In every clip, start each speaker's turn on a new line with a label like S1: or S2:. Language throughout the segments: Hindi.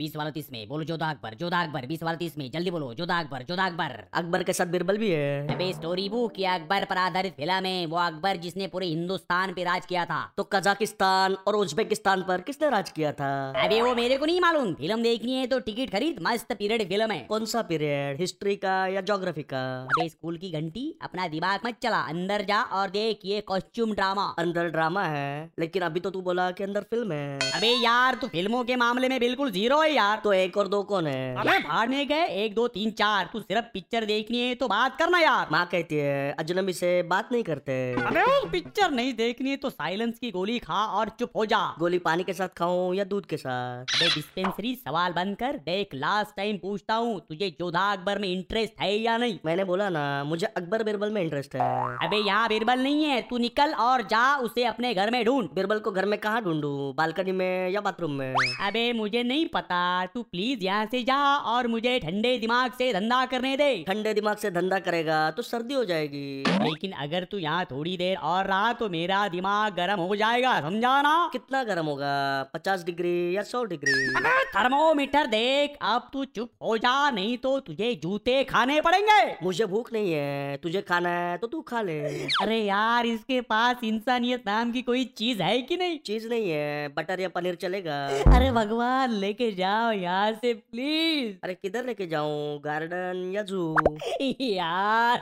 S1: बीस वाला तीस में बोलो जोधा अकबर जोधा अकबर बीस वाला तीस में जल्दी बोलो जोधा अकबर जोधा अकबर
S2: अकबर के साथ बिरबल भी है
S1: अबे स्टोरी बुक या अकबर पर आधारित फिल्म है वो अकबर जिसने पूरे हिंदुस्तान पे राज किया था
S2: तो कजाकिस्तान और उज्बेकिस्तान पर किसने राज किया था
S1: अबे वो मेरे को नहीं मालूम फिल्म देखनी है तो टिकट खरीद मस्त पीरियड फिल्म है
S2: कौन सा पीरियड हिस्ट्री का या ज्योग्राफी का
S1: अबे स्कूल की घंटी अपना दिमाग मत चला अंदर जा और देख ये कॉस्ट्यूम ड्रामा
S2: अंदर ड्रामा है लेकिन अभी तो तू बोला कि अंदर फिल्म है
S1: अबे यार तू फिल्मों के मामले में बिल्कुल जीरो है यार
S2: तो एक और दो कौन है
S1: अबे भाड़ में गए एक दो तीन चार तू सिर्फ पिक्चर देखनी है तो बात करना यार
S2: माँ कहती है अजनबी से बात नहीं करते
S1: अबे पिक्चर नहीं देखनी है तो साइलेंस की गोली खा और चुप हो जा
S2: गोली पानी के साथ खाऊं या दूध के साथ
S1: अबे डिस्पेंसरी सवाल बंद कर देख लास्ट टाइम पूछता हूँ तुझे जोधा अकबर में इंटरेस्ट है या नहीं
S2: मैंने बोला ना मुझे अकबर बिरबल में इंटरेस्ट है
S1: अबे यहाँ बिरबल नहीं है तू निकल और जा उसे अपने घर में ढूंढ
S2: बिरबल को घर में कहाँ ढूंढूं बालकनी में या बाथरूम में
S1: अबे मुझे नहीं पता तू प्लीज यहाँ से जा और मुझे ठंडे दिमाग से धंधा करने दे
S2: ठंडे दिमाग से धंधा करेगा तो सर्दी हो जाएगी
S1: लेकिन अगर तू यहाँ थोड़ी देर और रहा तो मेरा दिमाग गर्म हो जाएगा समझा ना
S2: कितना गर्म होगा पचास डिग्री या सौ डिग्री
S1: अबे थर्मोमीटर देख अब तू चुप हो जा नहीं तो तुझे जूते खाने पड़ेंगे
S2: मुझे भूख नहीं है तुझे खाना है तो तू खा ले
S1: अरे यार इसके पास इंसानियत नाम की कोई चीज है कि नहीं
S2: चीज नहीं है बटर या पनीर चलेगा
S1: अरे भगवान लेके जाओ यहाँ से प्लीज
S2: अरे किधर लेके जाऊं गार्डन या जू
S1: यार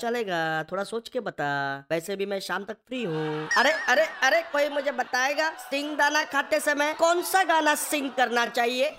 S2: चलेगा थोड़ा सोच के बता वैसे भी मैं शाम तक फ्री हूँ अरे अरे अरे कोई मुझे बताएगा सिंह दाना खाते समय कौन सा गाना सिंग करना चाहिए